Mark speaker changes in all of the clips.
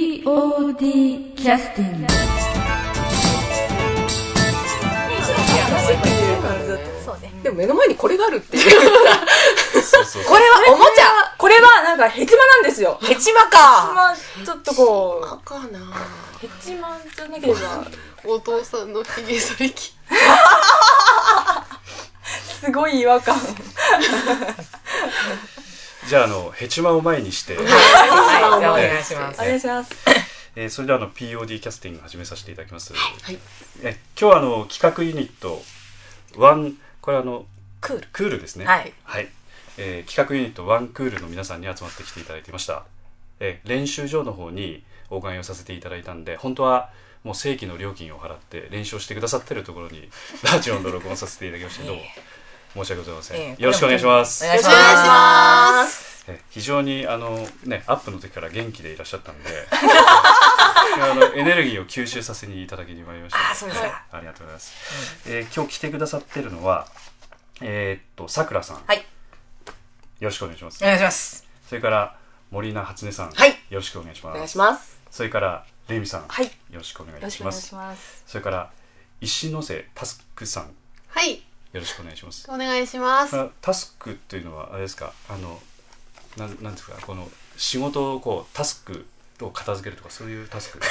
Speaker 1: POD キャスティング
Speaker 2: 話っていう感じだった
Speaker 3: そうね。
Speaker 2: でも目の前にこれがあるっていうさ
Speaker 4: そうそう
Speaker 3: これはおもちゃ
Speaker 5: これはなんかヘチマなんですよ。
Speaker 3: ヘチマか
Speaker 5: まあちょっとこ
Speaker 2: かな
Speaker 5: う、ヘチマじゃなければ、
Speaker 2: お父さんのひげ剃り機
Speaker 5: すごい違和感。
Speaker 4: じゃああのヘチマを前にして、
Speaker 3: はい、じゃあお願いします
Speaker 5: お。願いします。
Speaker 4: えーそれではあの POD キャスティング始めさせていただきます、
Speaker 2: い
Speaker 4: え今日はあの企画ユニットワンこれあの
Speaker 3: クール。
Speaker 4: クールですね
Speaker 3: はい、
Speaker 4: えー企画ユニットワンクールの皆さんに集まってきていただいていました、えー練習場の方にお伺いをさせていただいたんで本当はもう正規の料金を払って練習をしてくださってるところにラジオの録音させていただきましてどうも申し訳ございません、
Speaker 3: ええ
Speaker 4: よろしくお願いします
Speaker 3: お願いし
Speaker 2: お願いし
Speaker 3: ま。
Speaker 2: ます
Speaker 4: え非常にあの、ね、アップの時から元気でいらっしゃったんであのエネルギーを吸収させにいただきに参りました
Speaker 3: あそうですか
Speaker 4: ありがとうございます、えー今日来てくださってるのはえーっとさくらさん、
Speaker 3: はい
Speaker 4: よろしくお願いします
Speaker 3: お願いします。
Speaker 4: それから森菜初音さん、
Speaker 2: はい
Speaker 4: よろしくお願いしま
Speaker 2: お
Speaker 4: す
Speaker 2: 願いします
Speaker 4: それからレミさん、
Speaker 3: はい
Speaker 4: よろしくお願いい
Speaker 5: よろ
Speaker 4: た
Speaker 5: しく
Speaker 4: し
Speaker 5: お願い
Speaker 4: ます
Speaker 5: します。
Speaker 4: それから石ノ瀬タスクさんよ
Speaker 2: はい
Speaker 4: ろしくお願いします
Speaker 2: お願いします
Speaker 4: あタスクっていうのはあれですかあのなんなんですかこの仕事をこうタスクを片付けるとかそういうタ スク違う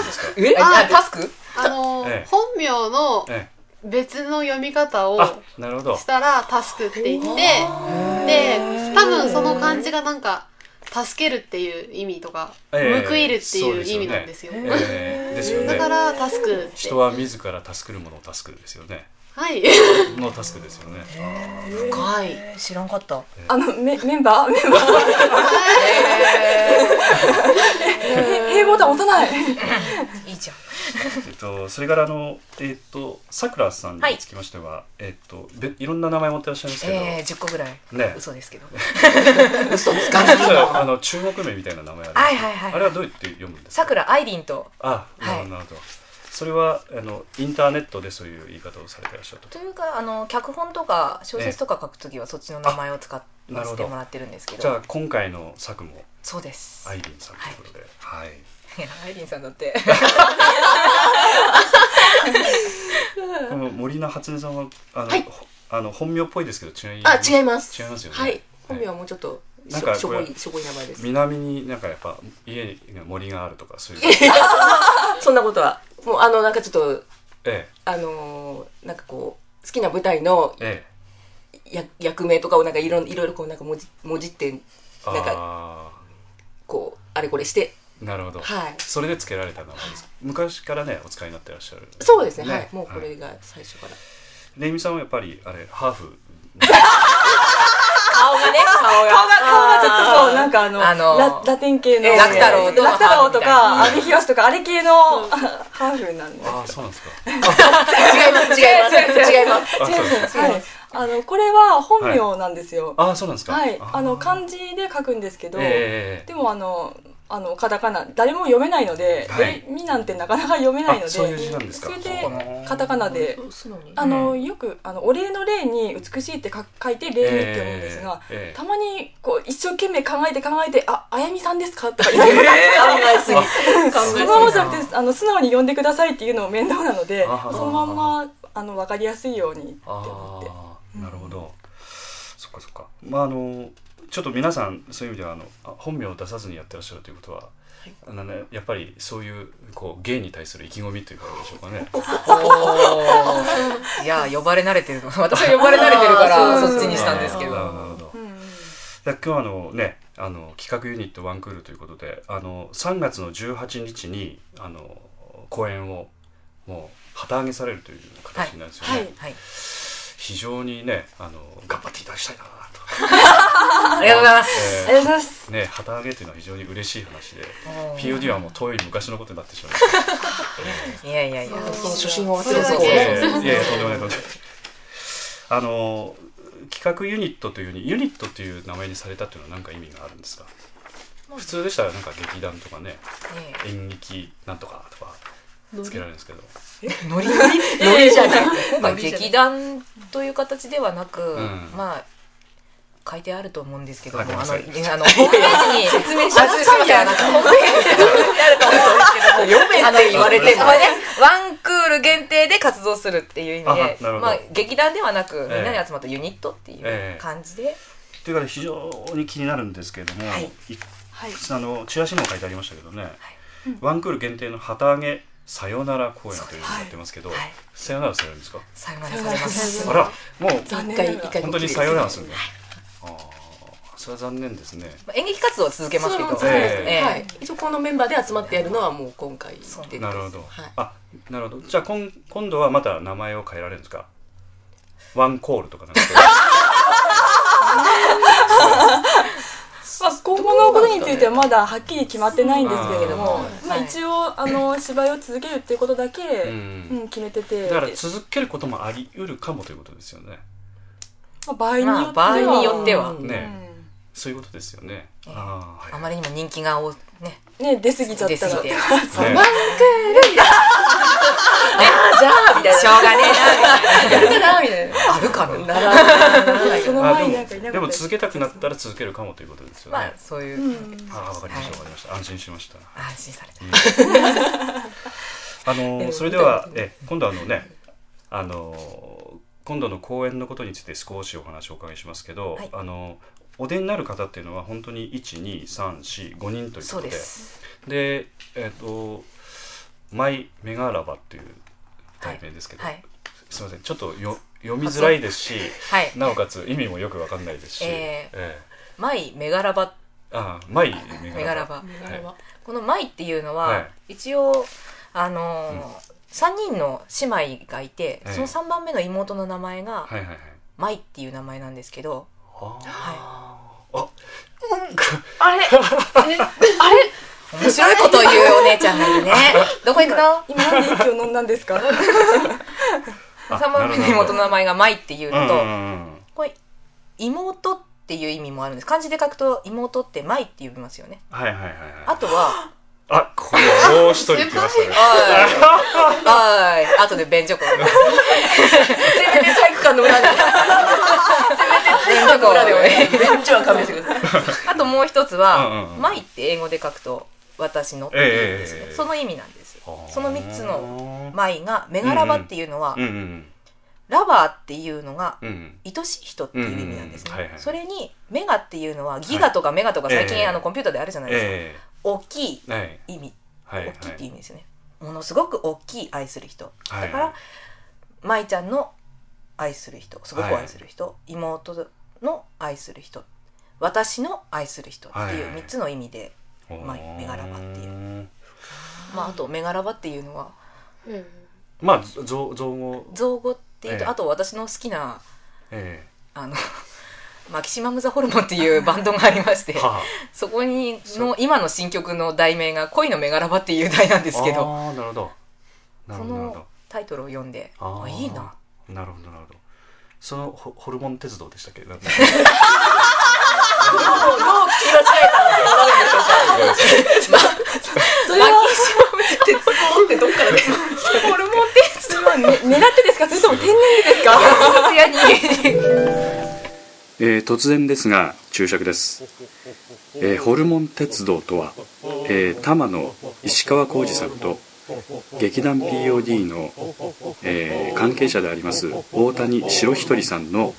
Speaker 4: んですか
Speaker 3: えあ、タスク
Speaker 2: あの
Speaker 4: ええ
Speaker 2: 本名の
Speaker 4: ええ
Speaker 2: 別の読み方を
Speaker 4: あなるほど
Speaker 2: したらタスクって言ってで多分その漢字がなんか助けるっていう意味とか、
Speaker 4: ええ
Speaker 2: 報いるっていう意味なんですよ
Speaker 4: そうですよねええですよ
Speaker 2: だか
Speaker 4: ね
Speaker 2: らタスクって
Speaker 4: 人は自らタスクるものをタスクですよね
Speaker 2: はい
Speaker 4: のタスクですよね
Speaker 2: 深い
Speaker 3: えー知らんかった。
Speaker 5: あの、メメンバーメンバー平ボタン押さない。
Speaker 3: いいじゃん。
Speaker 4: えっと、それからあの、えっと、さくらさんにつきましては、えっと、べいろんな名前持ってらっしゃいますけど、
Speaker 3: えー、10個ぐらい。
Speaker 4: ね
Speaker 3: 嘘ですけど。
Speaker 4: 実はあの中国名みたいな名前あるんです
Speaker 3: はいはいはい
Speaker 4: あれはどうやって読むんですか
Speaker 3: さくらアイリンと。
Speaker 4: あ、なるほ
Speaker 3: はい
Speaker 4: ど、なるほど。それは、あの、インターネットでそういう言い方をされてらっしゃると。
Speaker 3: というか、あの、脚本とか小説とか書くときはそっちの名前を使っ
Speaker 4: あなる
Speaker 3: し
Speaker 4: ほ
Speaker 3: て
Speaker 4: ど
Speaker 3: もらってるんですけ
Speaker 4: じゃあ
Speaker 3: ど。、
Speaker 4: 今回の作も、
Speaker 3: そうです。
Speaker 4: アイリンさんということで。はい。
Speaker 3: いやアイリンさんだって。
Speaker 4: この森菜初音さんは、あの、
Speaker 2: はい
Speaker 4: ほあの本名っぽいですけど、違い
Speaker 2: あ違います
Speaker 4: 違いますよね。
Speaker 2: はい
Speaker 4: は
Speaker 5: 本名はもうちょっと、
Speaker 4: なんか
Speaker 5: しょ
Speaker 4: こ
Speaker 5: ぼ
Speaker 4: れ
Speaker 5: い、しょぼい名前です。
Speaker 4: 南になんかやっぱ家に森があるとかそういう、
Speaker 5: そんなことは。もうあの、なんかちょっと、
Speaker 4: え
Speaker 5: あのーなんかこう、好きな舞台の
Speaker 4: え、ええ、
Speaker 5: や役名とかをなんかいろいろいろこうなんか文字文字って
Speaker 4: あ
Speaker 5: なんか
Speaker 4: あー。
Speaker 5: こうあれこれして
Speaker 4: なるほど、
Speaker 5: はい
Speaker 4: それで付けられた名前です昔からねお使いになってらっしゃる
Speaker 5: そうですねはいもうこれが最初から
Speaker 4: レイミさんはやっぱりあれハーフ
Speaker 3: 顔がね、顔が。
Speaker 5: 顔がちょっとこうなんかあの
Speaker 3: あの
Speaker 5: ララテン系の、
Speaker 3: えー楽太郎と
Speaker 5: 楽太郎とか
Speaker 3: ハ
Speaker 5: 阿部寛とかあれ系のハーフなんです
Speaker 4: ああそうなんですか
Speaker 5: 違います違います違います
Speaker 4: あそうですか
Speaker 5: はいあのこれは本名なんですよ
Speaker 4: あーそうなんですか
Speaker 5: はいあの
Speaker 4: じ
Speaker 5: 漢字で書くんですけど、
Speaker 4: ええ
Speaker 5: でもあのあのカタカナ誰も読めないので「
Speaker 4: はい
Speaker 5: レミ」なんてなかなか読めないので
Speaker 4: あそういう字なんですか
Speaker 5: それでカタカナで
Speaker 3: 素直に
Speaker 5: あのよくあのお礼の礼に美しいって書書いて礼にって読むんですが、
Speaker 4: ええええ
Speaker 5: たまにこう一生懸命考えて考えて「ああやみさんですか?」とか言って考えすぎ そのままじゃなくてあの素直に呼んでくださいっていうのも面倒なので
Speaker 4: あはは
Speaker 5: そのまんまあの分かりやすいようにって思って
Speaker 4: ああなるほど、そっかそっかまああのちょっと皆さんそういう意味ではあのあ本名を出さずにやってらっしゃるということは、あのね、やっぱりそういうこう芸に対する意気込みというかあれでしょうかね
Speaker 3: いや、呼ばれ慣れてる。私は呼ばれ慣れてるから、そっちにしたんですけど。
Speaker 4: あーなるほど
Speaker 5: うん
Speaker 4: で今日はあのねあの企画ユニットワンクールということであの3月の18日にあの公演をもう旗揚げされるという形になるんですよね、
Speaker 5: はいはい
Speaker 3: はい。
Speaker 4: 非常にねあの頑張っていただきたいなと
Speaker 3: ありがとうございます。
Speaker 5: ありがとうございます
Speaker 4: ね旗揚げというのは非常に嬉しい話で
Speaker 3: おー
Speaker 4: POD はもう遠い昔のことになってしまいました
Speaker 3: いやいやいや。
Speaker 5: その初心を忘
Speaker 2: それ
Speaker 5: れ
Speaker 2: だ
Speaker 5: ず
Speaker 2: け
Speaker 4: いやいやいやとんでもないとんでもないあの企画ユニットというふうにユニットという名前にされたというのは何か意味があるんですか普通でしたらなんか劇団とかね
Speaker 3: ね
Speaker 4: 演劇なんとかとかつけられるんですけど、
Speaker 3: えノリノリ ノリじゃない。今回劇団という形ではなく、
Speaker 4: ん
Speaker 3: まあ、書いてあると思うんですけども、
Speaker 4: はいごめ
Speaker 3: あの、
Speaker 4: んなさい
Speaker 3: いやあの、ホームページに、 説明します。すいません、あの、ホームページに書いてあると思うんですけども、あの、言われてもね、ワンクール限定で活動するっていう意味で
Speaker 4: あなるほ、ど
Speaker 3: まあ、劇団ではなく、
Speaker 4: ええ
Speaker 3: みんなで集まったユニットってい
Speaker 4: え
Speaker 3: う
Speaker 4: え
Speaker 3: 感じで、
Speaker 4: というか非常に気になるんですけれども、
Speaker 3: はい
Speaker 4: い
Speaker 5: はい
Speaker 4: あのチラシにも書いてありましたけどね、ワンクール限定の旗揚げさよなら公演というのをやってますけど、
Speaker 3: はいはい
Speaker 4: さよならされるんですか、
Speaker 3: さよならされま
Speaker 5: さ
Speaker 3: す。
Speaker 5: よ
Speaker 4: あらもう
Speaker 5: 残
Speaker 3: 一
Speaker 5: 念な
Speaker 3: 回、一
Speaker 5: がら
Speaker 3: 回
Speaker 4: 本当にさよならするの、ああそれは残念ですね
Speaker 3: まあ演劇活動は続けますけど、
Speaker 4: それは続けます
Speaker 3: ええ
Speaker 1: はい、一応このメンバーで集まってやるのはもう今回で
Speaker 3: そう
Speaker 4: なるほど、
Speaker 1: はい
Speaker 4: あなるほどじゃあこん今度はまた名前を変えられるんですかワンコールとかなんか
Speaker 5: まあ、今後のことについてはまだはっきり決まってないんですけれども、
Speaker 3: うん
Speaker 5: まあ、一応あの芝居を続けるっていうことだけ、
Speaker 4: う
Speaker 5: うん
Speaker 4: ん、
Speaker 5: 決めてて
Speaker 4: だから続けることもあり得るかもということですよね
Speaker 5: まあ、場合によって
Speaker 3: ま
Speaker 5: は,、
Speaker 3: あ、場合によっては、
Speaker 1: うん
Speaker 5: う
Speaker 4: ね、
Speaker 5: ん
Speaker 4: そういうことですよね、
Speaker 3: ええ
Speaker 4: ああはい
Speaker 3: あまりにも人気が多、ね、
Speaker 5: ね、出過ぎちゃっ
Speaker 3: 出
Speaker 5: た
Speaker 3: す
Speaker 5: ら
Speaker 3: ぎて。
Speaker 4: ね
Speaker 3: じゃあみたいな。しょうがねえな、みたいな。みたいな。あるかな。
Speaker 5: その
Speaker 4: あ
Speaker 5: 前になんか
Speaker 4: で
Speaker 5: い
Speaker 4: も
Speaker 5: な
Speaker 4: で
Speaker 5: か
Speaker 4: も
Speaker 5: った
Speaker 4: 続けたくなったら続けるかもということですよ
Speaker 3: ま
Speaker 4: ね
Speaker 3: あ、。そういうう。
Speaker 5: ん
Speaker 4: ああわかりましたわ
Speaker 3: は
Speaker 4: かりました安心しました。
Speaker 3: 安心された。
Speaker 4: あのーそれではえ今度はあのねあのー今度の公演のことについて少しお話をお伺いしますけど、
Speaker 3: はい
Speaker 4: あのーお出になる方っていうのは本当に12345人というこ
Speaker 3: そう
Speaker 4: とで
Speaker 3: です。
Speaker 4: でえっ、と「マイ・メガラバ」っていう題名ですけど、
Speaker 3: はい。
Speaker 4: すいませんちょっとよ読みづらいですし
Speaker 3: はい。
Speaker 4: なおかつ意味もよくわかんないです し、
Speaker 3: えー
Speaker 4: え
Speaker 3: マイ、メガラバ、
Speaker 4: えああマイ・
Speaker 3: メガラバ。
Speaker 4: はい
Speaker 3: このマイっていうの
Speaker 4: は、
Speaker 3: はい一応、あのー、3人の姉妹がいて、
Speaker 4: ええ
Speaker 3: その3番目の妹の名前が、
Speaker 4: はいはいはい。
Speaker 3: マイっていう名前なんですけど、は面白いことを言うお姉ちゃんがいる ね。どこ行くの
Speaker 5: 今なんで息を飲んだんです か
Speaker 4: あ
Speaker 3: 3番目の妹の名前がマイっていうのと、
Speaker 4: うん
Speaker 3: これ妹っていう意味もあるんです漢字で書くと妹って「舞」って呼びますよね
Speaker 4: はいはいはいはい。
Speaker 3: あと は
Speaker 4: あ、これはもう一人来ました
Speaker 3: 「。
Speaker 4: ね
Speaker 3: はい」はいあとで便所こ せめて体育館の裏でせめて便所の裏で
Speaker 1: ベンチは勘弁してください
Speaker 3: あともう一つ
Speaker 4: うんうん
Speaker 3: は
Speaker 4: う
Speaker 3: 「
Speaker 4: ん
Speaker 3: 舞」って英語で書くと「私の」っていう意味です
Speaker 4: えええええ
Speaker 3: ね
Speaker 4: え
Speaker 3: その意味なんですよ
Speaker 4: はあ
Speaker 3: その三つの「舞」が「メ
Speaker 4: ん
Speaker 3: ガラバ」っていうのは
Speaker 4: うんうん
Speaker 3: 「ラバー」っていうのが
Speaker 4: うんうん。
Speaker 3: 愛しい人っていう意味なんです
Speaker 4: うんうんうんはいは
Speaker 3: ね
Speaker 4: い
Speaker 3: それに「メガ」っていうのはギガとかメガとか最
Speaker 4: ええ
Speaker 3: 近あのコンピューターであるじゃないですか
Speaker 4: え
Speaker 3: 大きい
Speaker 4: えはい
Speaker 3: 意味
Speaker 4: はいは
Speaker 3: 大き
Speaker 4: い。
Speaker 3: いっていう意味ですよね、ものすごく大きい愛する人
Speaker 4: は
Speaker 3: だ
Speaker 4: い
Speaker 3: から舞ちゃんの愛する人すごく愛する人、妹の愛する人私の愛する人って
Speaker 4: はいいうはい
Speaker 3: 3つの意味で、まあメガラバって
Speaker 4: いう。
Speaker 3: まあ、あと「メガラバ」っていうのは
Speaker 2: うん
Speaker 4: まあ、ぞ造造語。
Speaker 3: 造語っていうと、
Speaker 4: ええ
Speaker 3: あと私の好きな
Speaker 4: え
Speaker 3: あの マキシマム・ザ・ホルモンっていうバンドがありまして
Speaker 4: え。はあ。
Speaker 3: そこにの今の新曲の題名が「恋のメガラバ」っていう題なんですけど
Speaker 4: ああ、なるほど。な
Speaker 3: そ
Speaker 4: るほどなるほど
Speaker 3: の。タイトルを読んであ
Speaker 4: ー
Speaker 3: いいな。
Speaker 4: なるほどなるほど。そのホホルモン鉄道でしたっけ。なんか
Speaker 5: それは
Speaker 1: ってどっからで
Speaker 5: ホルモンテストは、ね、狙ってですかそれとも天然ですか
Speaker 3: さす がに
Speaker 4: えー突然ですが注釈です、えーホルモン鉄道とは、えー、多摩の石川浩二さんと劇団 POD の、えー関係者であります大谷白ひとりさんの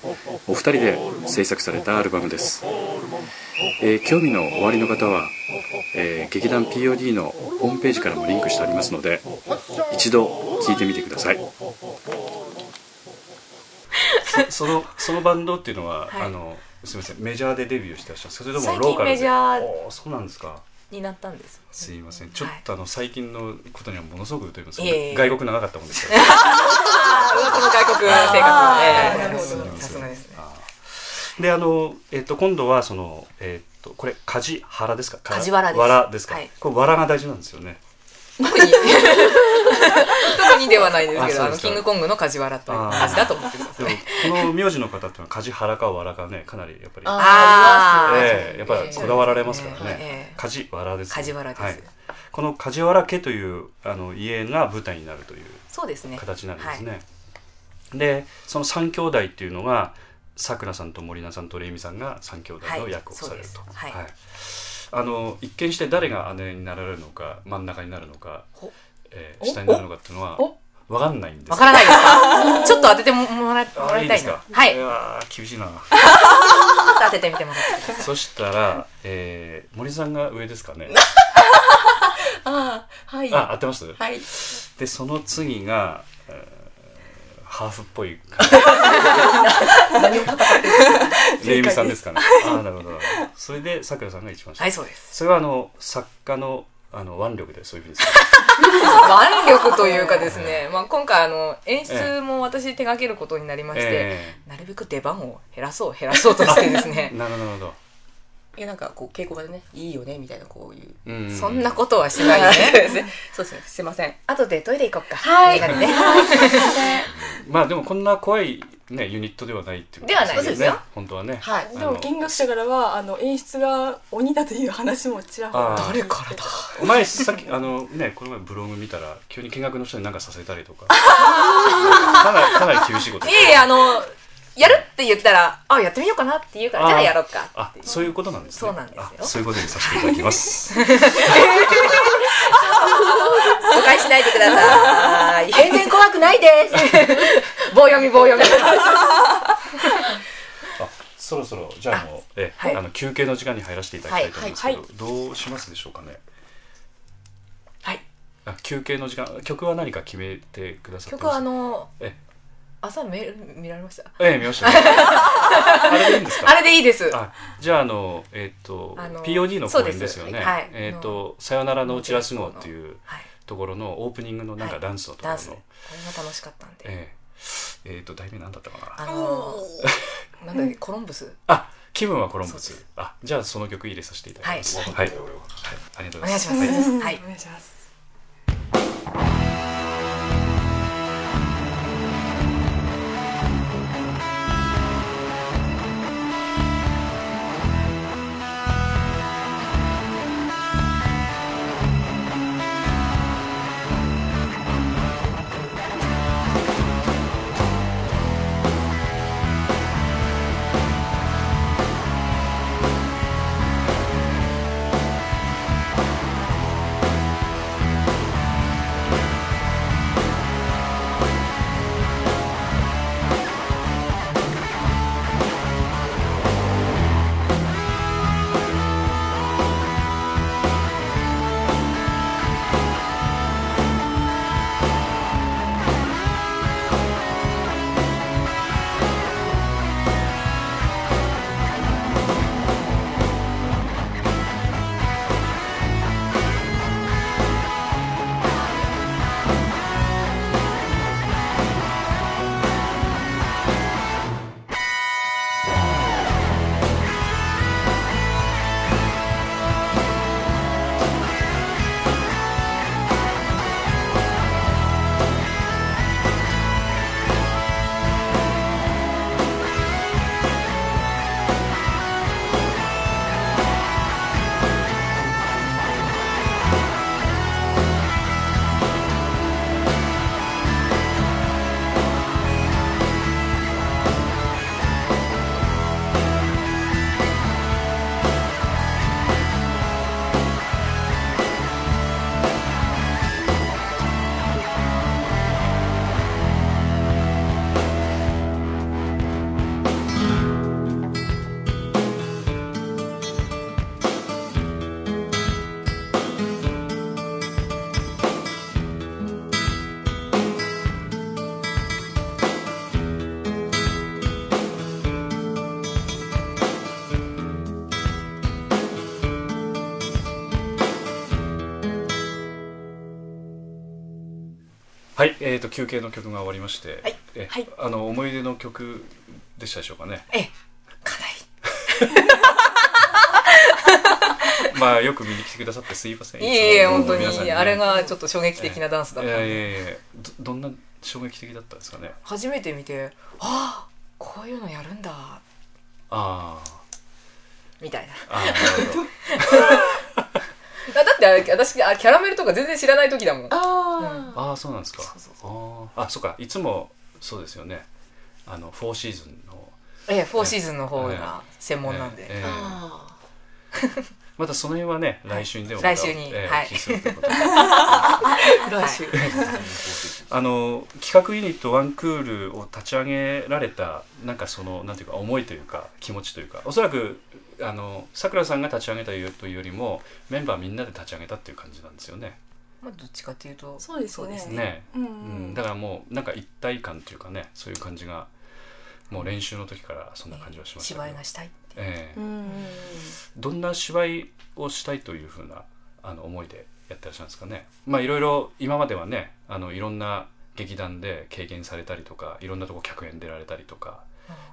Speaker 4: お二人で制作されたアルバムです、えー興味のおありの方は、えー劇団 POD のホームページからもリンクしてありますので一度聴いてみてくださいそのそのバンドっていうの
Speaker 3: は
Speaker 4: は、
Speaker 3: い
Speaker 4: あのすみませんメジャーでデビューしてらっしゃるそれとも
Speaker 3: 最
Speaker 4: ローカ
Speaker 3: 近
Speaker 4: ルで
Speaker 3: メジャー
Speaker 4: おーそうなんですか
Speaker 3: になったんです。
Speaker 4: すいませんちょっとあの、最近のことにはものすごく疎いんです
Speaker 3: いえいえ
Speaker 4: 外国長かったもんです から
Speaker 3: ああ、その外国生
Speaker 5: あーなるほど
Speaker 3: 活のね。さすがですね。
Speaker 4: あーであの、えっと今度はその、えっとこれ梶原ですか
Speaker 3: 梶原です
Speaker 4: 原ですか、
Speaker 3: はい
Speaker 4: これ藁が大事なんですよね
Speaker 3: 特に、 特にではないですけど、
Speaker 4: あ
Speaker 3: あ
Speaker 4: そ
Speaker 3: の、
Speaker 4: うですか
Speaker 3: キングコングの梶原という感じだと思ってくだ
Speaker 4: で
Speaker 3: さ
Speaker 4: も
Speaker 3: い。
Speaker 4: この名字の方っていうのは梶原か藁かねかなりやっぱり
Speaker 3: あー
Speaker 4: ええやっぱりこだわられますからね、
Speaker 3: ええ
Speaker 4: 梶原ですね
Speaker 3: 梶原です
Speaker 4: はい、この梶原家というあの家が舞台になるという
Speaker 3: そうですね。
Speaker 4: 形なんですね。でその三兄弟っていうのがさくらさんと森菜さんとレイミさんが3兄弟の役をさ
Speaker 3: はいそう
Speaker 4: れると、
Speaker 3: ですはい
Speaker 4: あの一見して誰が姉になられるのか真ん中になるのか
Speaker 3: ほ、
Speaker 4: えー下になるのかっていうのは
Speaker 5: お
Speaker 4: 分かんないんです
Speaker 3: わからないです かちょっと当ててももらも
Speaker 4: あ
Speaker 3: ら
Speaker 4: ーい
Speaker 3: い
Speaker 4: い
Speaker 3: た
Speaker 4: で
Speaker 3: い
Speaker 4: す
Speaker 3: な
Speaker 4: か
Speaker 3: はいちょっ
Speaker 4: やー厳しいな
Speaker 3: と当ててみてもらって
Speaker 4: そしたら、えー、森さんが上ですかね
Speaker 5: ああ、はい。
Speaker 4: あ合ってます
Speaker 5: はい。
Speaker 4: でその次が、えーハーフっぽい何を レイミさんですかねああなるほどなるほどそれでさくらさんが一番下、
Speaker 3: はいそうです
Speaker 4: それはあの作家のあの腕力でそういうふうにする
Speaker 3: 腕力というかですね、まあ、今回あの演出も私手掛けることになりまして、
Speaker 4: え
Speaker 3: なるべく出番を減らそう減らそうとしてです
Speaker 4: え
Speaker 3: ね
Speaker 4: なるほどなるほど
Speaker 1: いやなんかこう稽古場でねいいよねみたいなこういう
Speaker 4: うう
Speaker 3: そんなことはしない
Speaker 1: そうで
Speaker 3: ね
Speaker 1: すねそうですねすいません
Speaker 3: 後でトイレ行こっかはいね
Speaker 4: まあでもこんな怖いねユニットではないっていうこと
Speaker 3: ではないです
Speaker 4: ね
Speaker 3: よ
Speaker 4: 本当はね
Speaker 1: はい
Speaker 4: あ
Speaker 5: でも
Speaker 4: の
Speaker 5: 見学者からはあの演出が鬼だという話もちらほら
Speaker 4: あー
Speaker 3: 誰からだ
Speaker 4: 前さっきあのねこの前ブログ見たら急に見学の人に何かさせたりとかかなりかなり厳しいこと
Speaker 3: いえいえあのやるって言ったらあやってみようかなって言うからじゃあやろうか
Speaker 4: あそういうことなんですね
Speaker 3: そうなんですよ
Speaker 4: あそういうことにさせていただきます
Speaker 3: 誤解しないでください全然怖くないです棒読み棒読み
Speaker 4: あそろそろじゃあもうえ、
Speaker 3: はい
Speaker 4: あの休憩の時間に入らせていただきたいと思いますけど、
Speaker 5: はい
Speaker 4: どうしますでしょうかね
Speaker 3: はい
Speaker 4: あ休憩の時間曲は何か決めてくださってます
Speaker 3: 曲はあの
Speaker 4: え
Speaker 3: 朝メール見られました
Speaker 4: ええ見ました、ね、あれでいいんですか
Speaker 3: あれでいいです
Speaker 4: あじゃああのえっ、と、
Speaker 3: あの
Speaker 4: POD の公演ですよ
Speaker 3: そう
Speaker 4: ね
Speaker 3: ですはい
Speaker 4: えっ、と「さよならのチラス号」っていう
Speaker 3: はい
Speaker 4: ところのオープニングのなんか
Speaker 3: はい
Speaker 4: ダンスのとこ
Speaker 3: ダン
Speaker 4: ろ
Speaker 3: ス
Speaker 4: の、
Speaker 3: でこれが楽しかったんで
Speaker 4: えええっ、と題名なんだったかな
Speaker 3: あのー なんだっけコロンブス
Speaker 4: あ気分はコロンブ
Speaker 3: そうで
Speaker 4: スあじゃあその曲入れさせていただきます
Speaker 3: はい
Speaker 4: はい、はいありがとう
Speaker 3: お
Speaker 4: ござ
Speaker 3: 願い
Speaker 4: います
Speaker 3: します
Speaker 5: うん
Speaker 3: はい
Speaker 5: お願いします。
Speaker 4: はいえっ、と休憩の曲が終わりまして、はいえ
Speaker 5: はい
Speaker 4: あの思い出の曲でしたでしょうかね
Speaker 3: ええかなり
Speaker 4: まあよく見に来てくださってすいません
Speaker 3: いえいえ、
Speaker 4: つも
Speaker 3: 本当に
Speaker 4: 皆さん、ね
Speaker 3: あれがちょっと衝撃的なダンスだっ
Speaker 4: い
Speaker 3: た。
Speaker 4: やいやいやどどんな衝撃的だったんですかね
Speaker 3: 初めて見て、ああ、こういうのやるんだ、
Speaker 4: あー
Speaker 3: みたいな。
Speaker 4: あーなるほど
Speaker 3: だだってあれ、私、あキャラメルとか全然知らない時だもん。
Speaker 5: あ
Speaker 4: あーそうなんですか
Speaker 3: そうそう
Speaker 4: あーあそっかいつもそうですよねあのフォーシーズンの
Speaker 3: ええ、フォーシーズンの方が専門なんで。
Speaker 4: ええ
Speaker 2: ああ
Speaker 4: またその辺はね来週にでも
Speaker 3: 来週に
Speaker 4: ええ
Speaker 3: はい
Speaker 4: お聞きするということで
Speaker 1: 来週。
Speaker 4: あの企画ユニットワンクールを立ち上げられたなんかそのなんていうか思いというか気持ちというかおそらくあのさくらさんが立ち上げたというよりもメンバーみんなで立ち上げたっていう感じなんですよね。
Speaker 3: まあ、どっちかっていうと、
Speaker 5: そうですね
Speaker 4: ね、
Speaker 5: うん
Speaker 4: うん、だからもうなんか一体感というかねそういう感じがもう練習の時からそんな感じはしましたけど
Speaker 3: 芝居がしたいって。
Speaker 4: ええ
Speaker 5: うん
Speaker 4: どんな芝居をしたいというふうなあの思いでやってらっしゃるんですかね。まあいろいろ今まではねあのいろんな劇団で経験されたりとかいろんなとこ客演出られたりとか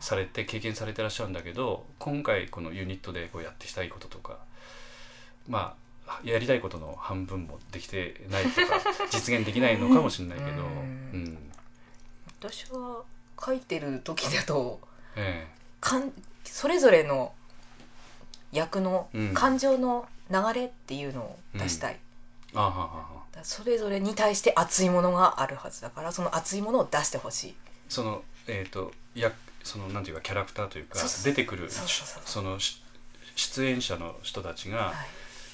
Speaker 4: されて経験されてらっしゃるんだけど今回このユニットでこうやってしたいこととかまあやりたいことの半分もできてないと か実現できないのかもしれないけど、う
Speaker 3: うん
Speaker 4: ん
Speaker 3: 私は書いてる時だと、
Speaker 4: え
Speaker 3: かんそれぞれの役の
Speaker 4: うん
Speaker 3: 感情の流れっていうのを出したい。
Speaker 4: えあはは
Speaker 3: だ
Speaker 4: は
Speaker 3: からそれぞれに対して熱いものがあるはずだからその熱いものを出してほしい
Speaker 4: そのえっ、とやそのなんていうかキャラクターというか
Speaker 3: そうそう
Speaker 4: 出てくる
Speaker 3: そうそうそう
Speaker 4: そのし出演者の人たちが、
Speaker 3: は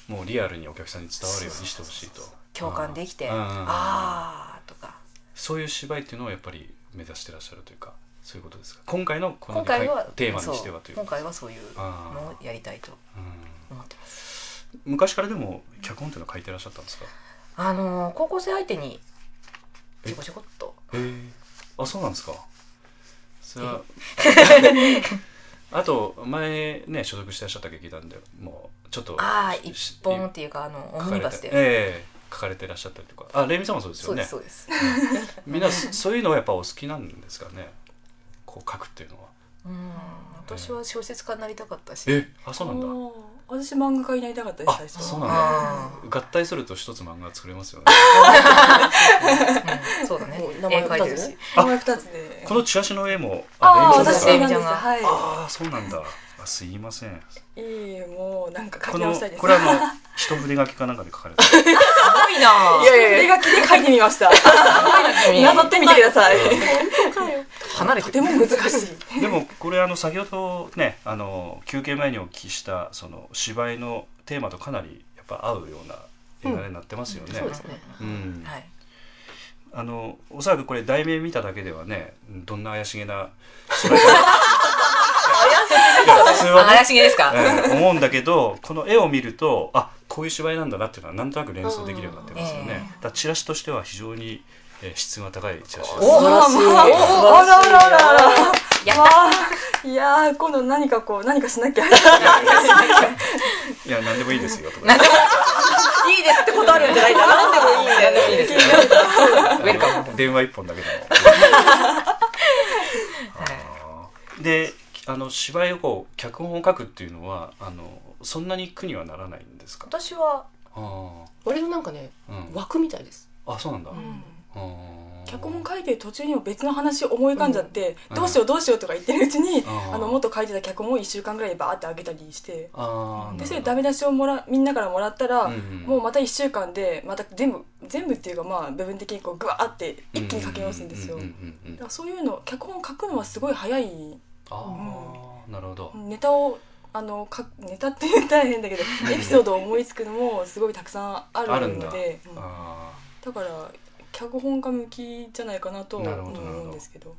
Speaker 4: もうリアルにお客さんに伝わるようにしてほしいと
Speaker 3: 共感できて
Speaker 4: うんうんうんうん
Speaker 3: あーとか
Speaker 4: そういう芝居っていうのをやっぱり目指してらっしゃるというかそういうことですか今回のこの
Speaker 3: 今回は
Speaker 4: テーマにしてはという
Speaker 3: そう今回はそういう
Speaker 4: あー
Speaker 3: のをやりたいと
Speaker 4: うん
Speaker 3: 思ってます
Speaker 4: 昔からでも脚本っていうのは書いてらっしゃったんですか
Speaker 3: あのー高校生相手に
Speaker 4: え
Speaker 3: ちょこちょこっと
Speaker 4: へえあそうなんですかそ れはあと前ね所属してらっしゃった劇団でもうちょっと
Speaker 3: ああ
Speaker 4: し
Speaker 3: 一本っていうかあのオムニバス
Speaker 4: 書かれて
Speaker 3: で、
Speaker 4: ええ書かれてらっしゃったりとかあレイミさんもそうです
Speaker 3: そ
Speaker 4: よ
Speaker 3: うで
Speaker 4: ね
Speaker 3: すそうです、
Speaker 4: みんなそそういうのはやっぱお好きなんですかねこう書くっていうのは
Speaker 3: うん、私は小説家になりたかったし
Speaker 4: えあそうなんだ
Speaker 5: あー私漫画家になりたかったです
Speaker 4: あ
Speaker 5: 最初
Speaker 4: そう
Speaker 5: は
Speaker 4: なんだ
Speaker 3: あ
Speaker 4: 合体すると一つ漫画作れますよね
Speaker 3: ー、 うんそうだね
Speaker 1: もう名
Speaker 3: 絵
Speaker 1: 前
Speaker 3: 描いてる
Speaker 1: 二
Speaker 3: し
Speaker 1: つ
Speaker 5: 名前二つで
Speaker 4: このチラシの絵も
Speaker 5: ああ
Speaker 4: レイミ
Speaker 5: 私
Speaker 4: さ
Speaker 5: なんです
Speaker 4: んが
Speaker 3: レイミちゃんが
Speaker 5: は
Speaker 4: ああそうなんだあすいません
Speaker 5: いいいもうなんか書
Speaker 4: こ
Speaker 5: き
Speaker 4: の
Speaker 5: 直したいです
Speaker 4: これはあの一筆書きかなんかで書かれた
Speaker 3: すごいない
Speaker 5: や いや手書きで書いてみましたなぞってみてください
Speaker 3: 離れて
Speaker 5: とても難しい
Speaker 4: でもこれあの先ほどねあの休憩前にお聞きしたその芝居のテーマとかなりやっぱ合うような映画になってますよね、
Speaker 1: そうですね。
Speaker 4: うん
Speaker 3: はい
Speaker 4: あのおそらくこれ題名見ただけではねどんな怪 しげな芝居かいや普通はね
Speaker 3: 怪しげですか、
Speaker 4: ええ思うんだけどこの絵を見るとあこういう芝居なんだなっていうのはなんとなく連想できるようになってますよ
Speaker 3: う
Speaker 4: ね、
Speaker 3: んええ
Speaker 4: だからチラシとしては非常に、えー質が高いチラシです
Speaker 3: お
Speaker 5: あらまああらあらあらあらわあいやー今度何かこう何かしなきゃ
Speaker 4: いや何でもいいですよとか
Speaker 3: 何でも いいですってことあるんじゃない かな何でもいいんで何でもいいですウェルカ
Speaker 4: 電話一本だけでもあーであの芝居をこう脚本を書くっていうのはあのそんなに苦にはならないんですか
Speaker 3: 私は
Speaker 4: あ
Speaker 1: 割となんかね、
Speaker 4: あ、うん、
Speaker 1: 枠みたいです。
Speaker 4: あそうなんだ、
Speaker 5: うん
Speaker 4: あー
Speaker 5: 脚本書いてる途中にも別の話を思い浮かんじゃって、
Speaker 4: うん
Speaker 5: どうしようどうしようとか言ってるうちに、
Speaker 4: あー
Speaker 5: あの元書いてた脚本を1週間ぐらいバーってあげたりして
Speaker 4: あー
Speaker 5: で
Speaker 4: なるほど
Speaker 5: それでダメ出しをもらみんなからもらったら、
Speaker 4: うんうん
Speaker 5: もうまた1週間でまた全部全部っていうかまあ部分的にこうグワーって一気に書き直すんですよ、
Speaker 4: ううう
Speaker 5: だ
Speaker 4: うんうん
Speaker 5: からそういうの脚本書くのはすごい早い
Speaker 4: ああなるほど、
Speaker 5: ネタをあのかネタって言ったら変だけどエピソードを思いつくのもすごいたくさんあ
Speaker 4: ある
Speaker 5: る
Speaker 4: んだ
Speaker 5: のでうんだ
Speaker 4: あ
Speaker 5: から脚本家向きじゃないかなと
Speaker 4: なるほどなるほど
Speaker 5: 思うんですけど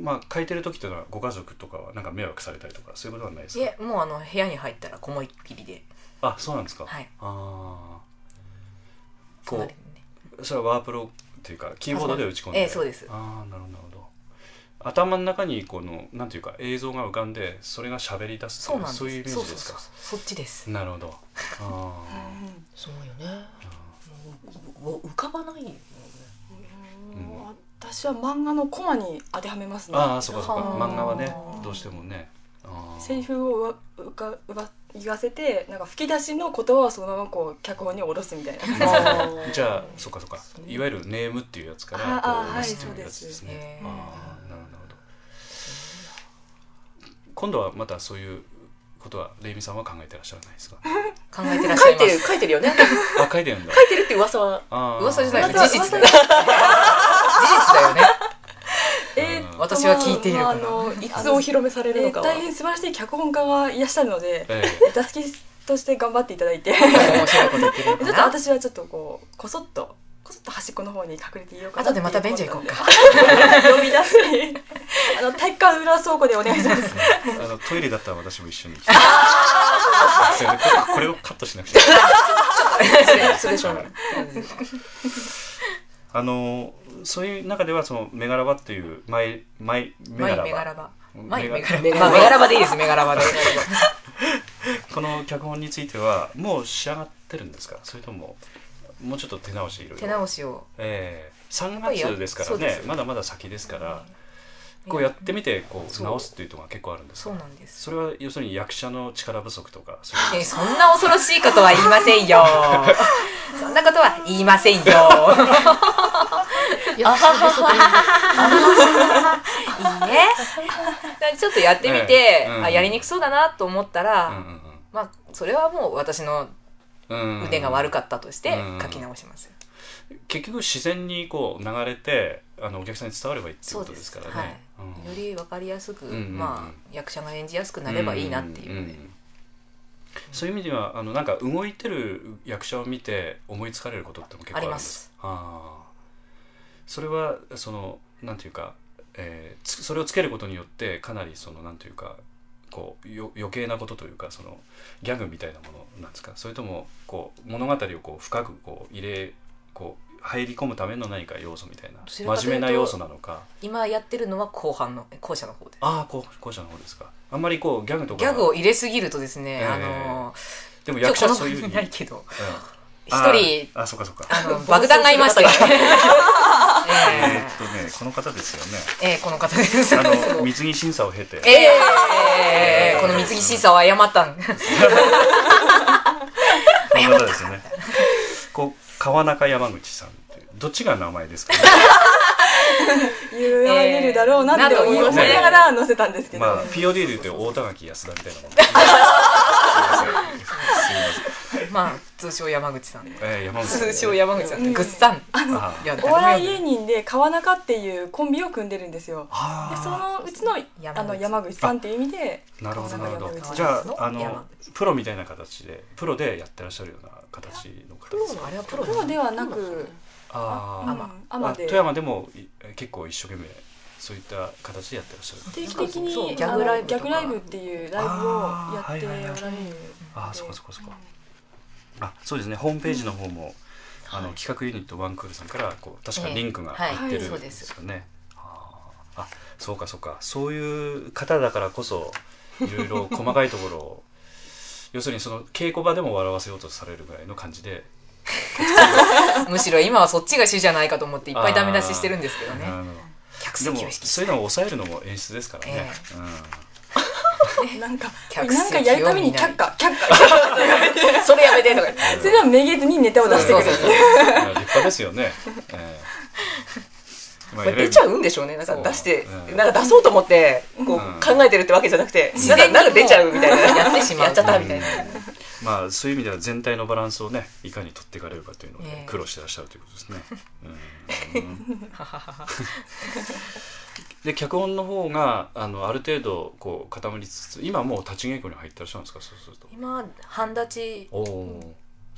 Speaker 4: ーまあ書いてる時というのはご家族とかはなんか迷惑されたりとかそういうことはないです
Speaker 3: い
Speaker 4: か
Speaker 3: えもうあの部屋に入ったらこもいっきりで
Speaker 4: あそうなんですか、
Speaker 3: はい
Speaker 4: ああこ
Speaker 3: 隣に
Speaker 4: う
Speaker 3: ね
Speaker 4: それはワープロっていうかキーボードで打ち込んで
Speaker 3: ええそうです
Speaker 4: ああなるほどなるほど頭の中にこのなんていうか映像が浮かんでそれが喋り出すっ
Speaker 3: そう
Speaker 4: てい
Speaker 3: なんです
Speaker 4: そういうイメージです
Speaker 3: そう
Speaker 4: か
Speaker 3: そうそうそっちです
Speaker 4: なるほどああ
Speaker 1: そうよね。もう浮かばないよね。
Speaker 5: うんうん私は漫画のコマに当てはめますね
Speaker 4: ああそうかそうか
Speaker 3: あー
Speaker 4: 漫画はねどうしてもねあー
Speaker 5: セリフをうわうかうわ言わせてなんか吹き出しの言葉をそのままこう脚本に下ろすみたいな
Speaker 4: あーじゃあそうかそうかいわゆるネームっていうやつから
Speaker 5: あーあー
Speaker 4: こう
Speaker 5: はい
Speaker 4: 出すっていうやつです
Speaker 3: そう
Speaker 4: ね
Speaker 3: です
Speaker 4: ああなるほど今度はまたそういうことはレイミさんは考えてらっしゃらないですか
Speaker 3: 考えてらっし
Speaker 1: 書
Speaker 3: ゃ
Speaker 1: い
Speaker 3: いま
Speaker 1: てる、
Speaker 3: す
Speaker 1: 書いてるよね。
Speaker 4: あ書いてるんだ
Speaker 1: 書いてるって噂は。
Speaker 4: あー
Speaker 3: 噂じゃない
Speaker 1: 噂
Speaker 3: 事実だよ事実だよね
Speaker 5: えー
Speaker 4: うん
Speaker 1: 私は聞いている
Speaker 5: まあ
Speaker 1: から。
Speaker 5: あの
Speaker 3: いつお披露目される
Speaker 5: え
Speaker 3: の
Speaker 5: ー
Speaker 3: かは
Speaker 5: 大変素晴らしい脚本家がいらっしゃるので
Speaker 4: え
Speaker 5: 座敷として頑張っていただい てち
Speaker 1: 面白いこと言ってる
Speaker 5: ょ
Speaker 1: の
Speaker 5: っと
Speaker 1: かな。
Speaker 5: 私はちょっとこうこそっとこそっと端っこの方に隠れていようかな
Speaker 1: 後でまた便所行こうか。
Speaker 5: 呼び出しあの体育館裏倉庫でお願い します
Speaker 4: えあのトイレだったら私も一緒に行きたいすいませんこれこれをカットしなくちゃいけない
Speaker 1: そうでしょう。
Speaker 4: あのそういう中ではそのメガラバっていうマイマイメガ
Speaker 3: マイメガ
Speaker 4: ラ
Speaker 3: ラ
Speaker 4: バ
Speaker 3: バ
Speaker 1: まあ、
Speaker 4: メ
Speaker 1: メ
Speaker 4: ガ
Speaker 1: ガラバ。まあ、メガラバでいいです、メガラバで。
Speaker 4: この脚本についてはもう仕上がってるんですかそれとももうちょっと手直しいろ い
Speaker 3: 手
Speaker 4: ろ、
Speaker 3: 直しを
Speaker 4: ええ3
Speaker 3: ぱりや
Speaker 4: 月ですか
Speaker 3: そ
Speaker 4: ら
Speaker 3: うで
Speaker 4: ね
Speaker 3: す
Speaker 4: まだまだ先ですから、こうやってみてこう
Speaker 3: そう
Speaker 4: 直すっていうところが結構あるんですか
Speaker 3: そうなんです
Speaker 4: それは要するに役者の力不足とかそういう
Speaker 3: えーそんな恐ろしいことは言いませ んよそんなことは言いませ んよい
Speaker 2: いや、そうそうそう
Speaker 3: いねだからちょっとやってみ
Speaker 4: え
Speaker 3: て、
Speaker 4: えうん
Speaker 3: あやりにくそうだなと思ったら、
Speaker 4: うん
Speaker 3: まあそれはもう私の
Speaker 4: うんうん
Speaker 3: 腕が悪
Speaker 4: か
Speaker 3: かったとして
Speaker 4: うん
Speaker 3: 書き直します、
Speaker 4: 結局自然にこう流れてあのお客さんに伝わればいいっていうことですから
Speaker 3: そうで
Speaker 4: ね
Speaker 3: すはい、より分かりやすく、
Speaker 4: うんうんうん
Speaker 3: まあ役者が演じやすくなればいいなっていう、
Speaker 4: んんんそういう意味ではあのなんか動いてる役者を見て思いつかれることっても結構あるんですああそれはそのなんていうか、えーつそれをつけることによってかなりそのなんていうかこうよ余計なことというかそのギャグみたいなものなんですかそれともこう物語をこう深くこう入れこう入り込むための何か要素みたいな
Speaker 3: どちらかと
Speaker 4: 真
Speaker 3: いうと
Speaker 4: 面目な要素なのか
Speaker 3: 今やってるのは後半の後者の方で
Speaker 4: ああこう後者の方ですかあんまりこうギャグとか
Speaker 3: ギャグを入れすぎるとですね、
Speaker 4: ええ
Speaker 3: あの
Speaker 4: でも
Speaker 3: 今
Speaker 4: 役
Speaker 3: 日
Speaker 4: 者
Speaker 3: この
Speaker 4: はそ
Speaker 3: 場
Speaker 4: ういうふう
Speaker 3: に
Speaker 4: に
Speaker 3: ないけど
Speaker 4: うん
Speaker 3: 一 人
Speaker 4: あーあそうかそうか
Speaker 3: あの爆弾がいまして、
Speaker 4: えー
Speaker 3: え
Speaker 4: っとねこの方ですよ ね
Speaker 3: えええこの方です
Speaker 4: あの
Speaker 3: え
Speaker 4: 水着審査を経て
Speaker 3: えええこの水着審査を誤ったん
Speaker 4: この方ですよねこう川中山口さんっていうどっちが名前ですかね
Speaker 5: 言われるだろうなって思い思いながら載せたんですけど、
Speaker 4: まあ POD で言うと大田垣安田みたい なもんですすいませんすい
Speaker 3: まあ通称山口さんで
Speaker 4: ません、えー、山口さんね
Speaker 3: 通称山口さんで
Speaker 5: うん
Speaker 3: ぐっさん
Speaker 4: あ
Speaker 3: いや
Speaker 5: お笑い
Speaker 3: 誰も
Speaker 5: 芸人で川中っていうコンビを組んでるんですよ
Speaker 4: あ
Speaker 5: で
Speaker 4: ー
Speaker 5: そのうちの
Speaker 3: 山
Speaker 5: あ
Speaker 3: 口
Speaker 5: の山口さんっていう意味で
Speaker 4: なるほどなるほ
Speaker 5: 川中山
Speaker 4: ど
Speaker 5: 口
Speaker 4: じゃ
Speaker 3: の
Speaker 4: ああの
Speaker 3: 山
Speaker 4: プロみたいな形でプロでやってらっしゃるような形の方です
Speaker 3: あ
Speaker 4: か
Speaker 3: れはプ
Speaker 5: プ
Speaker 3: ロだ
Speaker 5: ロではなく
Speaker 4: あー
Speaker 5: うん
Speaker 3: ま
Speaker 5: アマ
Speaker 4: あ
Speaker 5: で
Speaker 4: 富山でもい結構一生懸命そういった形でやってらっしゃる
Speaker 5: 定期的に
Speaker 3: そう
Speaker 5: あの
Speaker 3: ギャグライブ
Speaker 5: ギ
Speaker 3: と
Speaker 5: ャ
Speaker 3: か
Speaker 5: グライブっていうライブをやっておられる
Speaker 4: あーはいはいああそこそこそこあそうですねホームページの方も、あの企画ユニットワンクールさんからこう確かリンクが
Speaker 3: はい
Speaker 4: 入って
Speaker 5: はい
Speaker 4: る
Speaker 3: そ
Speaker 4: ん
Speaker 3: う
Speaker 4: で
Speaker 3: ですす
Speaker 4: よね、あーあそうかそうかそういう方だからこそいろ いろ細かいところを要するにその稽古場でも笑わせようとされるぐらいの感じで
Speaker 3: むしろ今はそっちが主じゃないかと思っていっぱいダメ出ししてるんですけどね
Speaker 4: あの
Speaker 3: 客
Speaker 4: で
Speaker 3: 席を
Speaker 4: も
Speaker 3: 引き
Speaker 4: そういうのを抑えるのも演出ですからね、
Speaker 5: なんか
Speaker 3: 客席
Speaker 5: なんかやるために却下却
Speaker 3: 下それやめてとか言って
Speaker 5: 下それではめげずにネタを出してく
Speaker 3: そ
Speaker 5: る
Speaker 3: うそうそう
Speaker 4: うんいや立派です よね、ええまあ
Speaker 1: まあ出ちゃうんでしょうね。なんか
Speaker 4: そう
Speaker 1: 出して
Speaker 4: う、ん
Speaker 1: なんか出そうと思って、こう
Speaker 4: うん
Speaker 1: 考えてるってわけじゃなくて、
Speaker 3: 自
Speaker 1: なんか
Speaker 3: 然に
Speaker 1: なんか出ちゃうみたいな。
Speaker 3: やってしまう
Speaker 1: やっちゃったみたいな。
Speaker 4: まあそういう意味では全体のバランスをねいかに取っていかれるかというの
Speaker 3: え
Speaker 4: で
Speaker 3: え
Speaker 4: 苦労してらっしゃるということですね。うんで脚本の方があのある程度こう固まりつつ今もう立ち稽古に入ってらっしゃるんですかそうすると。
Speaker 3: 今半立ち
Speaker 4: おおー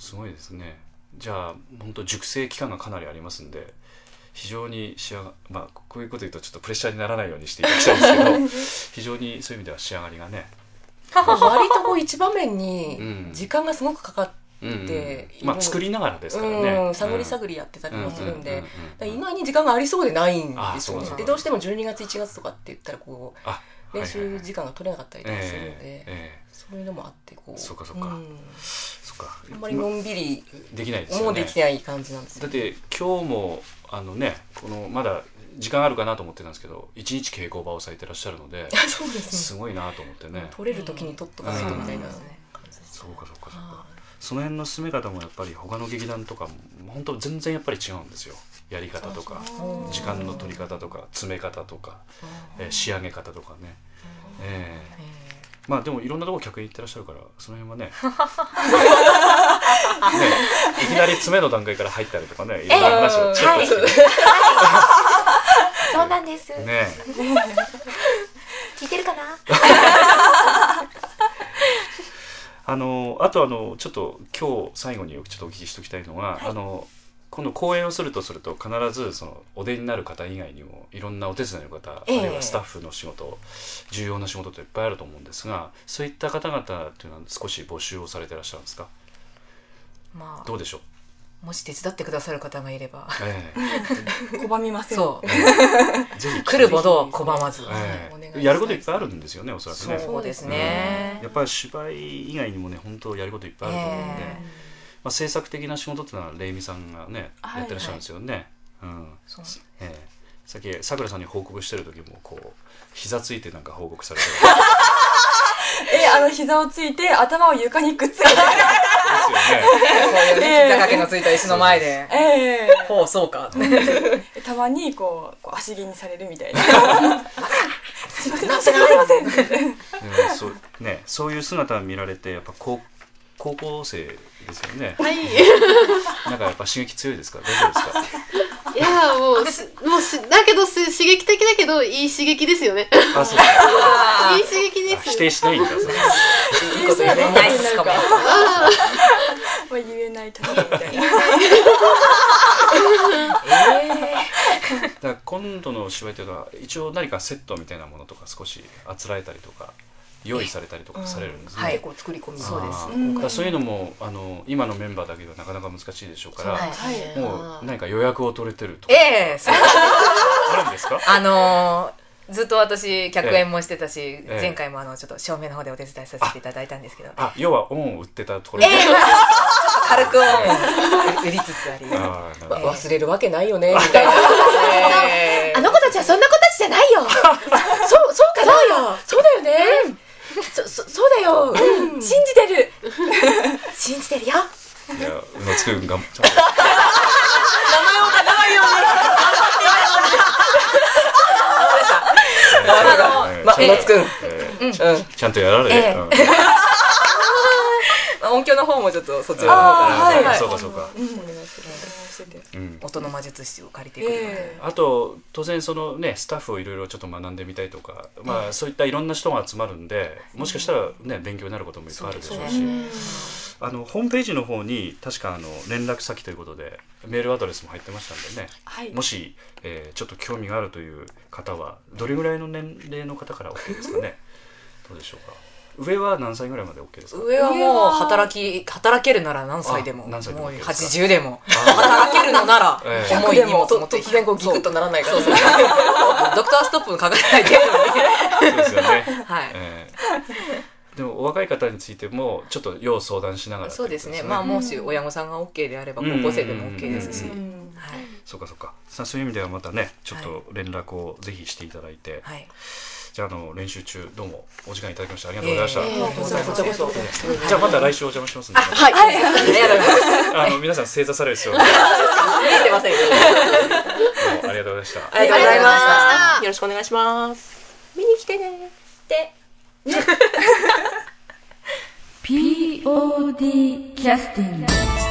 Speaker 4: すごいですね。じゃあ本当熟成期間がかなりありますんで非常に仕上がまあこういうこと言うとちょっとプレッシャーにならないようにしていただきたいんです けど非常にそういう意味では仕上がりがね。
Speaker 1: 割とこう一場面
Speaker 4: うん
Speaker 1: に時間がすごくかかっ
Speaker 4: うんうん
Speaker 1: で
Speaker 4: まあ作りながらですからね。
Speaker 1: うん、探り
Speaker 4: り
Speaker 1: 探りやってたりもするんで、
Speaker 4: うんう
Speaker 1: だ
Speaker 4: んうんうん
Speaker 1: から意外に時間がありそうでないん
Speaker 4: あ
Speaker 1: です
Speaker 4: そう
Speaker 1: よ
Speaker 4: か
Speaker 1: ね
Speaker 4: そうか
Speaker 1: でどうしても12月1月とかって言ったらこ
Speaker 4: あ
Speaker 1: う練習時間が取れなかったりと
Speaker 4: はい
Speaker 1: か
Speaker 4: はいは
Speaker 1: す
Speaker 4: い
Speaker 1: るので、
Speaker 4: えええ
Speaker 1: そういうのもあってこう
Speaker 4: そうかそうか
Speaker 1: ん
Speaker 4: えそっか
Speaker 1: あんまりのんびり
Speaker 4: できないですよね
Speaker 1: もうできない感じなんですよ、
Speaker 4: だって今日もあのねこのまだ時間あるかなと思ってたんですけど一日稽古場をされてらっしゃるので
Speaker 1: そうです
Speaker 4: すごいなと思ってね
Speaker 1: ね取れる時に取っとかないとみたいな
Speaker 4: うん
Speaker 1: 感じです
Speaker 4: そうかそうかそうか
Speaker 1: は
Speaker 4: その辺の進め方もやっぱり他の劇団とかも本当全然やっぱり違うんですよやり方とか
Speaker 1: うん
Speaker 4: 時間の取り方とか詰め方とか、えー仕上げ方とかね、ええまあでもいろんなとこ客に行ってらっしゃるからその 辺はねねいきなり詰めの段階から入ったりとかねいろんな話をちょっとして、
Speaker 3: え
Speaker 6: そうなんです。
Speaker 4: ね
Speaker 6: 聞いてるかな
Speaker 4: あのあとあのちょっと今日最後にちょっとお聞きしておきたいのは、あの今度講演をするとすると必ずそのお出になる方以外にもいろんなお手伝いの方、
Speaker 1: ええ
Speaker 4: あるいはスタッフの仕事重要な仕事っていっぱいあると思うんですがそういった方々っていうのは少し募集をされてらっしゃるんですか
Speaker 1: ま
Speaker 4: どうでしょう、
Speaker 1: あ、もし手伝ってくださる方がいれ ば、
Speaker 4: え
Speaker 5: 拒みません。
Speaker 1: そう
Speaker 4: え、ぜひ
Speaker 1: 来るものを拒まず、
Speaker 4: え
Speaker 1: お願いしま
Speaker 4: え、
Speaker 1: す
Speaker 4: やることいっぱいあるんですよねおそらくね
Speaker 1: そうですね。
Speaker 4: やっぱり芝居以外にもね本当やることいっぱいあると思うんで、
Speaker 1: ええ
Speaker 4: まあ、制作的な仕事っていうのはレイミさんがね、
Speaker 5: はい
Speaker 4: やってらっしゃるんですよね。うん
Speaker 1: そうなんです
Speaker 4: ええさっきさくらさんに報告してる時もこう膝ついてなんか報告されてる
Speaker 5: え、あの、膝をついて、頭を床にくっつけ て。
Speaker 4: で
Speaker 1: こういうね、膝掛けのついた椅子の前で、
Speaker 5: ええ
Speaker 1: ほう、そうか。
Speaker 5: たまにこう、こう足蹴にされるみたいな。すいません、
Speaker 1: なん
Speaker 5: す
Speaker 1: せ
Speaker 5: いません、すいません。
Speaker 4: すよね。でもそうねそういう姿を見られてやっぱ高高校生ですよね。
Speaker 2: はい。
Speaker 4: なんかやっぱ刺激強いですか大丈夫です
Speaker 2: いやもうし、もうし、だけどす刺激的だけど、いい刺激ですよね。
Speaker 4: か。あそうか。
Speaker 2: いい刺激
Speaker 4: あ
Speaker 2: です。
Speaker 4: 否定しないんだそれ。
Speaker 1: いいこと言うね。ナイスかも。
Speaker 5: まあ、言えないとみたいな。
Speaker 4: だから今度の芝居というのは一応何かセットみたいなものとか少しあつらえたりとか用意されたりとかされるんですね。
Speaker 1: はい。結構作り込みそうです。
Speaker 4: あーだからそういうのもあの今のメンバーだけではなかなか難しいでしょうから、
Speaker 1: はい。
Speaker 4: もう何か予約を取れてるとか
Speaker 3: ええそう
Speaker 4: あるんですか
Speaker 3: あのーずっと私、客演もしてたし、
Speaker 4: え
Speaker 3: 前回もあの、ちょっと照明の方でお手伝いさせていただいたんですけど、
Speaker 4: あ要は恩を売ってたところ
Speaker 3: え えまあ軽く音を 売りつつあり。
Speaker 4: あーなるほど
Speaker 1: 忘れるわけないよね、みたいな。え
Speaker 6: あの子たちはそんな子たちじゃないよそう、そうかそうよそうだよね、そ、そ、そうだよ、うん、信じてる信じてるよ
Speaker 4: いや宇野津君が
Speaker 1: ーまあ、小
Speaker 4: ええ
Speaker 1: 松くん。
Speaker 4: ええちゃんちゃんとやられ、
Speaker 3: ええ
Speaker 4: うん
Speaker 3: まあ音響の方もちょっとそっちの方か
Speaker 5: あー
Speaker 4: あ
Speaker 5: は
Speaker 4: ー
Speaker 5: い
Speaker 4: そうかそうか、うん
Speaker 3: ら、音の魔術室を借りてくるので。
Speaker 4: あと当然そのねスタッフをいろいろちょっと学んでみたいとか、まあ、そういったいろんな人が集まるんでもしかしたらね勉強になることもいっぱいあるでしょうしあのホームページの方に確かあの連絡先ということでメールアドレスも入ってましたんでね、
Speaker 5: はい
Speaker 4: もし、えーちょっと興味があるという方はどれぐらいの年齢の方から OK ですかねどうでしょうか上は何歳ぐらいまで OK ですか
Speaker 3: 上はもう働き、働けるなら何歳でも、
Speaker 4: あ何歳でも
Speaker 3: もう
Speaker 4: いいですか
Speaker 3: 80でも、
Speaker 4: あ
Speaker 3: 働けるのなら
Speaker 4: え、え
Speaker 3: 重い荷物持って
Speaker 1: 突然こうギクッとならないから。
Speaker 3: ドクターストップのかからない程度に。
Speaker 4: そうですよね、
Speaker 3: はい
Speaker 4: えーでもお若い方についてもちょっと要相談しながら
Speaker 3: そうですね。
Speaker 4: という
Speaker 3: まあ、
Speaker 4: こと
Speaker 3: もし親御さんが OK であれば、高校生でも OK ですし。
Speaker 4: うんうん
Speaker 3: はい
Speaker 4: そうかそうかさあそういう意味ではまたねちょっと連絡をぜひしていただいて、
Speaker 3: はい。
Speaker 4: じゃああの練習中どうもお時間いただきましてありがとうございました、
Speaker 3: ええありがとうござい
Speaker 1: こ
Speaker 3: ます
Speaker 1: ちらこそ。
Speaker 4: じゃあまた来週お邪魔しますんで、
Speaker 3: はい。ありがとうございます。
Speaker 4: あの皆さん正座される必要がある
Speaker 3: 見えてませんよ。
Speaker 4: どうもありがとうございました
Speaker 1: ありがとうございました。
Speaker 2: ありがとうございました
Speaker 1: よろしくお願いします。
Speaker 6: 見に来てねって。
Speaker 7: POD キャスティング